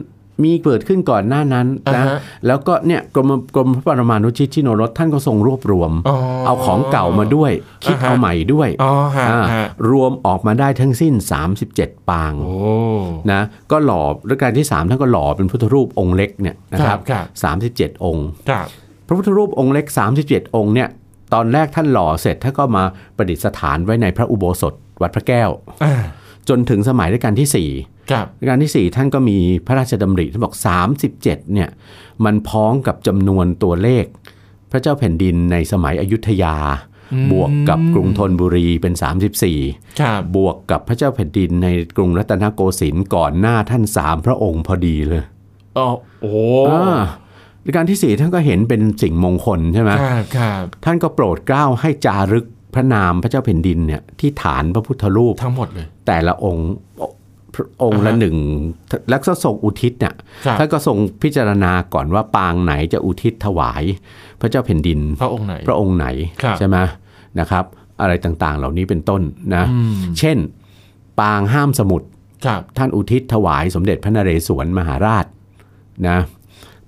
[SPEAKER 2] มีเกิดขึ้นก่อนหน้านั้นนะ
[SPEAKER 1] อ่าฮะ
[SPEAKER 2] แล้วก็เนี่ยกรมกรมพระปรมานุชิตชิโนรสท่านก็ทรงรวบรวม
[SPEAKER 1] อ๋อ
[SPEAKER 2] เอาของเก่ามาด้วย คิด
[SPEAKER 1] อ่าฮะ
[SPEAKER 2] เอาใหม่ด้วย
[SPEAKER 1] อ๋อฮะ
[SPEAKER 2] อ่า
[SPEAKER 1] ฮะ
[SPEAKER 2] รวมออกมาได้ทั้งสิ้น 37 ปาง
[SPEAKER 1] โอ้
[SPEAKER 2] นะก็หล่อรัชกาลที่ 3 ท่านก็หล่อเป็นพุทธรูปองค์เล็กเนี่ยนะครับ
[SPEAKER 1] ครับ
[SPEAKER 2] 37 องค์
[SPEAKER 1] ครับ
[SPEAKER 2] พระพุทธรูปองค์เล็ก 37 องค์เนี่ย ตอนแรกท่านหล่อเสร็จท่านก็มาประดิษฐานไว้ในพระอุโบสถ วัดพระแก้ว
[SPEAKER 1] อ่า
[SPEAKER 2] จนถึงสมัยรัชกาลที่
[SPEAKER 1] ครับ
[SPEAKER 2] 4รัชกาลทีสี่ 4 ท่านก็มีพระราชดำริท่านบอก 37 เนี่ย มันพ้องกับจำนวนตัวเลข พระเจ้าแผ่นดินในสมัยอยุธยา บวกกับกรุงธนบุรีเป็น 34
[SPEAKER 1] ครับ
[SPEAKER 2] บวกกับพระเจ้าแผ่นดินในกรุงรัตนโกสินทร์ก่อนหน้าท่านสามพระองค์พอดีเลย
[SPEAKER 1] อ๋อโอ้
[SPEAKER 2] อ่ารัชกาลที่สี่ท่านก็เห็นเป็นสิ่งมงคลใช่ไหม
[SPEAKER 1] ครับครับ
[SPEAKER 2] ท่านก็โปรดเกล้าให้จารึกพระนามพระเจ้าแผ่นดินเนี่ยที่ฐานพระพุทธรูป
[SPEAKER 1] ทั้งหมดเลย
[SPEAKER 2] แต่ละองค์พระองค์ละ
[SPEAKER 1] อ่าฮะ
[SPEAKER 2] หนึ่งแล้วก็ทรงอุทิศเนี่ย
[SPEAKER 1] ครับ
[SPEAKER 2] ท่านก็ทรงพิจารณาก่อนว่าปางไหนจะอุทิศถวายพระเจ้าแผ่นดิน
[SPEAKER 1] พระองค์ไหน
[SPEAKER 2] พระองค์ไหน
[SPEAKER 1] ครับ
[SPEAKER 2] ใช่ไหมนะครับ อะไรต่างๆ เหล่านี้เป็นต้นนะ
[SPEAKER 1] อืม
[SPEAKER 2] เช่น ปางห้ามสมุทร
[SPEAKER 1] ครับ
[SPEAKER 2] ท่านอุทิศถวายสมเด็จพระนเรศวรมหาราชนะ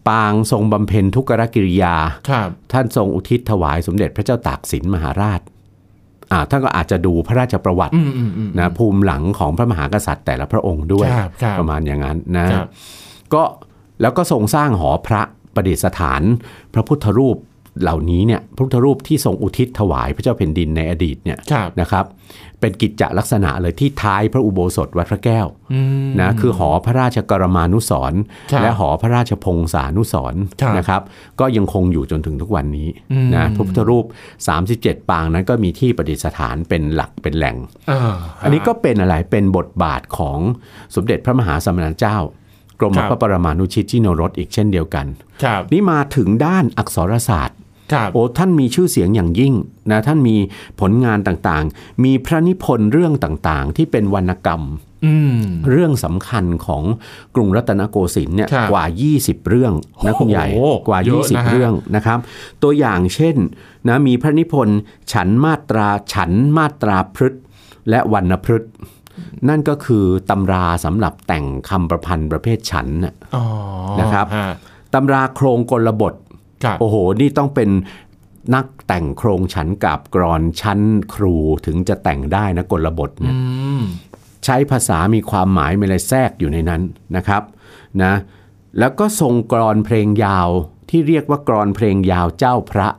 [SPEAKER 2] ปางทรงบำเพ็ญทุกรกิริยา
[SPEAKER 1] ครับ
[SPEAKER 2] ท่านทรงอุทิศถวายสมเด็จพระเจ้าตากสินมหาราชอ่าท่านก็อาจจะดูพระราชประวัติ
[SPEAKER 1] อืมอืมอืม
[SPEAKER 2] นะภูมิหลังของพระมหากษัตริย์แต่ละพระองค์ด้วย
[SPEAKER 1] ครับครับ
[SPEAKER 2] ประมาณอย่างนั้นนะครับ ก็แล้วก็ทรงสร้างหอพระประดิษฐาน พระพุทธรูปเหล่านี้เนี่ยพระพุทธรูปที่ทรงอุทิศถวายพระเจ้าแผ่นดินในอดีตเนี่ย
[SPEAKER 1] ครับ
[SPEAKER 2] นะครับ เป็นกิจจลักษณะเลยที่ท้ายพระอุโบสถวัดพระแก้ว
[SPEAKER 1] อืม
[SPEAKER 2] นะคือหอพระราชกรมานุสรณ์
[SPEAKER 1] ครับ
[SPEAKER 2] และหอพระราชพงศานุสรณ์
[SPEAKER 1] ครับ
[SPEAKER 2] นะครับ ก็ยังคงอยู่จนถึงทุกวันนี้
[SPEAKER 1] อืม
[SPEAKER 2] นะพระพุทธรูป 37 ปางนั้นก็มีที่ประดิษฐานเป็นหลักเป็นแหล่ง
[SPEAKER 1] อ่า
[SPEAKER 2] อันนี้ก็เป็นอะไรเป็นบทบาทของสมเด็จพระมหาสมณเจ้า กรมพระปรมานุชิตชิโนรสอีกเช่นเดียวกัน
[SPEAKER 1] ครับ
[SPEAKER 2] นี่มาถึงด้านอักษรศาสตร์
[SPEAKER 1] ครับ
[SPEAKER 2] โอ้ท่านมีชื่อเสียงอย่างยิ่งนะท่านมีผลงานต่างๆ มีพระนิพนธ์เรื่องต่างๆ ที่เป็นวรรณกรรม
[SPEAKER 1] อืม
[SPEAKER 2] เรื่องสำคัญของกรุงรัตนโกสินทร์เนี่ย
[SPEAKER 1] ครับ
[SPEAKER 2] กว่า 20 เรื่องนะคุณใหญ่
[SPEAKER 1] โอ้โห
[SPEAKER 2] กว่า
[SPEAKER 1] เยอะนะฮะ
[SPEAKER 2] 20 เรื่องนะครับ ตัวอย่างเช่นนะมีพระนิพนธ์ฉันมาตราฉันมาตราพฤษและวรรณพฤษนั่นก็คือตำราสำหรับแต่งคำประพันธ์ประเภทฉันน่ะ
[SPEAKER 1] อ๋อ
[SPEAKER 2] นะครับ
[SPEAKER 1] ฮ
[SPEAKER 2] ตำราโครงกลบท
[SPEAKER 1] ครับ
[SPEAKER 2] โอ้โห นี่ต้องเป็นนักแต่งโครงฉันกับกรอนชั้นครูถึงจะแต่งได้นะกลบทเนี่ย
[SPEAKER 1] อืม
[SPEAKER 2] ใช้ภาษามีความหมายมีอะไรแทรกอยู่ในนั้นนะครับนะแล้วก็ทรงกรอนเพลงยาวที่เรียกว่ากรอนเพลงยาวเจ้าพระ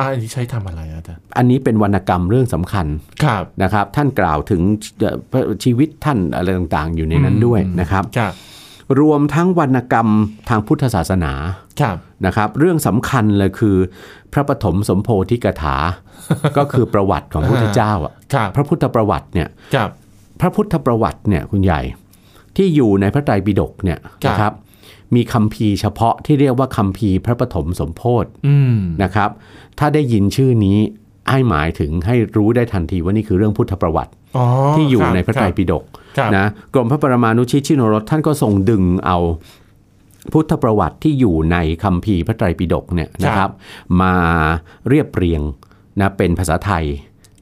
[SPEAKER 1] อ่ะอันนี้ใช้ทำอะไรอะอาจารย์
[SPEAKER 2] อันนี้เป็นวรรณกรรมเรื่องสำคัญ
[SPEAKER 1] ครับ
[SPEAKER 2] นะครับท่านกล่าวถึงเอ่อชีวิตท่านอะไรต่างๆ อยู่ในนั้นด้วยนะครับ
[SPEAKER 1] ครับ
[SPEAKER 2] รวมทั้งวรรณกรรมทางพุทธศาสนา
[SPEAKER 1] ครับ
[SPEAKER 2] นะครับ เรื่องสำคัญเลยคือ พระปฐมสมโพธิก ถา ก็คือประวัติของพระพุทธเจ้าอะ
[SPEAKER 1] ครับ
[SPEAKER 2] พระพุทธประวัติเนี่ย
[SPEAKER 1] ครับ
[SPEAKER 2] พระพุทธประวัติเนี่ยคุณใหญ่ที่อยู่ในพระไตรปิฎกเนี่ยนะครับ มีคัมภีร์เฉพาะที่เรียกว่าคัมภีร์พระปฐมสมโพธิ
[SPEAKER 1] อืม
[SPEAKER 2] นะครับ ถ้าได้ยินชื่อนี้ให้หมายถึงให้รู้ได้ทันทีว่านี่คือเรื่องพุทธประวัติ
[SPEAKER 1] อ๋อ
[SPEAKER 2] ที่อยู่
[SPEAKER 1] คบ
[SPEAKER 2] ในพระไตรปิฎก
[SPEAKER 1] ครับ
[SPEAKER 2] นะกรมพระปรมานุชิตชิโนรสท่านก็ทรงดึงเอา พุทธประวัติที่อยู่ในคัมภีร์พระไตรปิฎกเนี่ยนะครับ มาเรียบเรียงนะเป็นภาษาไทย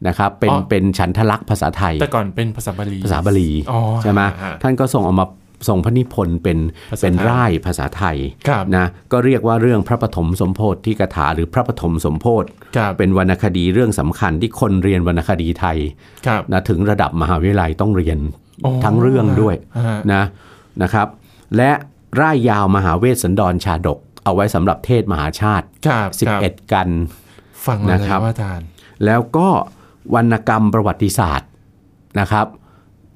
[SPEAKER 2] นะครับเป็นเป็นฉันทลักษณ์ภาษาไทย
[SPEAKER 1] แต่ก่อนเป็นภาษาบาลี
[SPEAKER 2] ภาษาบาลี
[SPEAKER 1] อ๋อ
[SPEAKER 2] ใช่ไหม
[SPEAKER 1] ฮะฮะ
[SPEAKER 2] ท่านก็ส่งเอามาส่งพระนิพนธ์เป็น
[SPEAKER 1] ภาษา
[SPEAKER 2] เป็น
[SPEAKER 1] ไทย
[SPEAKER 2] ร่ายภาษาไทย
[SPEAKER 1] ครับ
[SPEAKER 2] นะก็เรียกว่าเรื่องพระปฐมสมโพธิที่กถาหรือพระปฐมสมโพธิ
[SPEAKER 1] ครับ
[SPEAKER 2] เป็นวรรณคดีเรื่องสำคัญที่คนเรียนวรรณคดีไทย
[SPEAKER 1] ครับ
[SPEAKER 2] นะถึงระดับมหาวิทยาลัยต้องเรียน
[SPEAKER 1] โอ้
[SPEAKER 2] ทั้งเรื่องด้วย
[SPEAKER 1] อ่า
[SPEAKER 2] นะนะครับ และร่ายยาวมหาเวสสันดรชาดก เอาไว้สำหรับเทศมหาชาติ
[SPEAKER 1] ครับครับ
[SPEAKER 2] 11 กัน
[SPEAKER 1] ฟังเลย
[SPEAKER 2] นะครับ
[SPEAKER 1] ว่าอาจารย์
[SPEAKER 2] แล้วก็วรรณกรรมประวัติศาสตร์นะครับ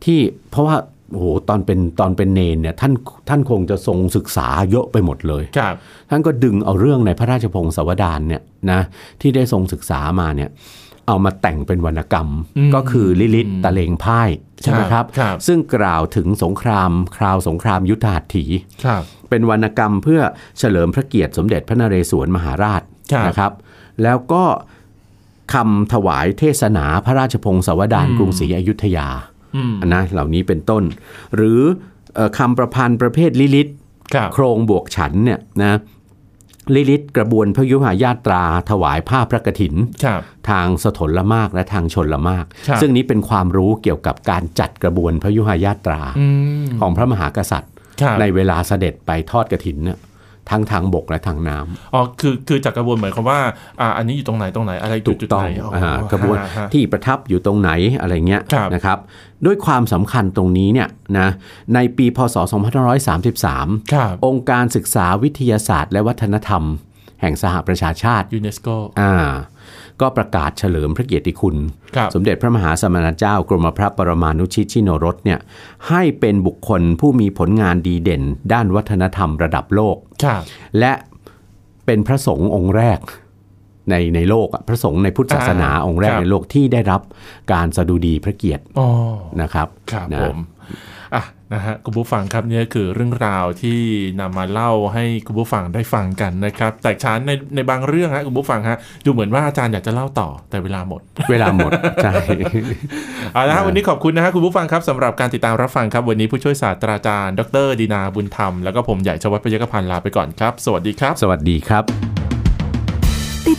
[SPEAKER 2] ที่เพราะว่าโอ้โหตอนเป็นตอนเป็นเนนเนี่ยท่านท่านคงจะทรงศึกษาเยอะไปหมดเลย
[SPEAKER 1] ครับ
[SPEAKER 2] ท่านก็ดึงเอาเรื่องในพระราชพงศาวดารเนี่ยนะที่ได้ทรงศึกษามาเนี่ยเอามาแต่งเป็นวรรณกรรม ก็คือลิลิตตะเลงพ่ายใช่ไหมครับ
[SPEAKER 1] ครับ
[SPEAKER 2] ซึ่งกล่าวถึงสงคราม คราวสงครามยุทธหัตถี
[SPEAKER 1] ครับ
[SPEAKER 2] เป็นวรรณกรรมเพื่อเฉลิมพระเกียรติสมเด็จพระนเรศวรมหาราช
[SPEAKER 1] ครับ
[SPEAKER 2] นะครับ แล้วก็คำถวายเทศนาพระราชพงศาวดารกรุงศรีอยุธยา
[SPEAKER 1] อืม
[SPEAKER 2] นะเหล่านี้เป็นต้น หรือเอ่อคำประพันธ์ประเภทลิลิต
[SPEAKER 1] ครับ
[SPEAKER 2] โครงบวกฉันเนี่ยนะลิลิตกระบวนพยุหายาตราถวายผ้าพระกฐิน
[SPEAKER 1] ครับ
[SPEAKER 2] ทางสถนละมากและทางชนละมาก
[SPEAKER 1] ครับ
[SPEAKER 2] ซึ่งนี้เป็นความรู้เกี่ยวกับการจัดกระบวนพยุหายาตรา
[SPEAKER 1] อืม
[SPEAKER 2] ของพระมหากษัตริย์
[SPEAKER 1] ครับ
[SPEAKER 2] ในเวลาเสด็จไปทอดกฐินเนี่ยทั้งทางบกและทางน้ำ
[SPEAKER 1] อ๋อ คือ คือจากกระบวนหมายความว่า อ่า อันนี้อยู่ตรงไหน ตรงไหน อะไร
[SPEAKER 2] ถูก
[SPEAKER 1] จุด
[SPEAKER 2] ต้อ
[SPEAKER 1] ไห
[SPEAKER 2] ง
[SPEAKER 1] นอ๋อ
[SPEAKER 2] อ่ากระบวน
[SPEAKER 1] ฮฮ
[SPEAKER 2] ที่ประทับอยู่ตรงไหนอะไรเงี้ย
[SPEAKER 1] ครับ
[SPEAKER 2] นะครับ ด้วยความสำคัญตรงนี้เนี่ยนะในปีพศ 2533
[SPEAKER 1] ครับ
[SPEAKER 2] องค์การศึกษาวิทยาศาสตร์ และวัฒนธรรม แห่งสหประชาชาติ
[SPEAKER 1] ยูเนสโก
[SPEAKER 2] อ่าก็ประกาศเฉลิมพระเกียรติคุณ
[SPEAKER 1] ครับ
[SPEAKER 2] สมเด็จพระมหาสมณเจ้ากรมพระปรมานุชิตชิโนรสเนี่ยให้เป็นบุคคลผู้มีผลงานดีเด่น ด้านวัฒนธรรมระดับโลก
[SPEAKER 1] ครับ
[SPEAKER 2] และเป็นพระสงฆ์องค์แรกในในโลกอะพระสงฆ์ในพุทธศาสนา
[SPEAKER 1] อ่า
[SPEAKER 2] องค์แรก
[SPEAKER 1] ครับ
[SPEAKER 2] ในโลกที่ได้รับการสดุดีพระเกียรติ
[SPEAKER 1] อ๋อ
[SPEAKER 2] นะครับ
[SPEAKER 1] ครับ
[SPEAKER 2] นะ
[SPEAKER 1] ผมอ่ะนะฮะคุณผู้ฟังครับเนี่ยคือเรื่องราวที่นำมาเล่าให้คุณผู้ฟังได้ฟังกันนะครับแต่ฉานในในบางเรื่องฮะคุณผู้ฟังฮะดูเหมือนว่าอาจารย์อยากจะเล่าต่อแต่เวลาหมด
[SPEAKER 2] เวลาหมด ใช่
[SPEAKER 1] เอาละฮะวันนี้ขอบคุณนะฮะคุณผู้ฟังครับสำหรับการติดตามรับฟังครับ วันนี้ผู้ช่วยศาสตราจารย์ ดรดีนาบุญธรรม แล้วก็ผมใหญ่ชวัฒน์ประยกพันธ์ลาไปก่อนครับ สวัสดีครับ
[SPEAKER 2] สวัสดีครับ
[SPEAKER 3] ติด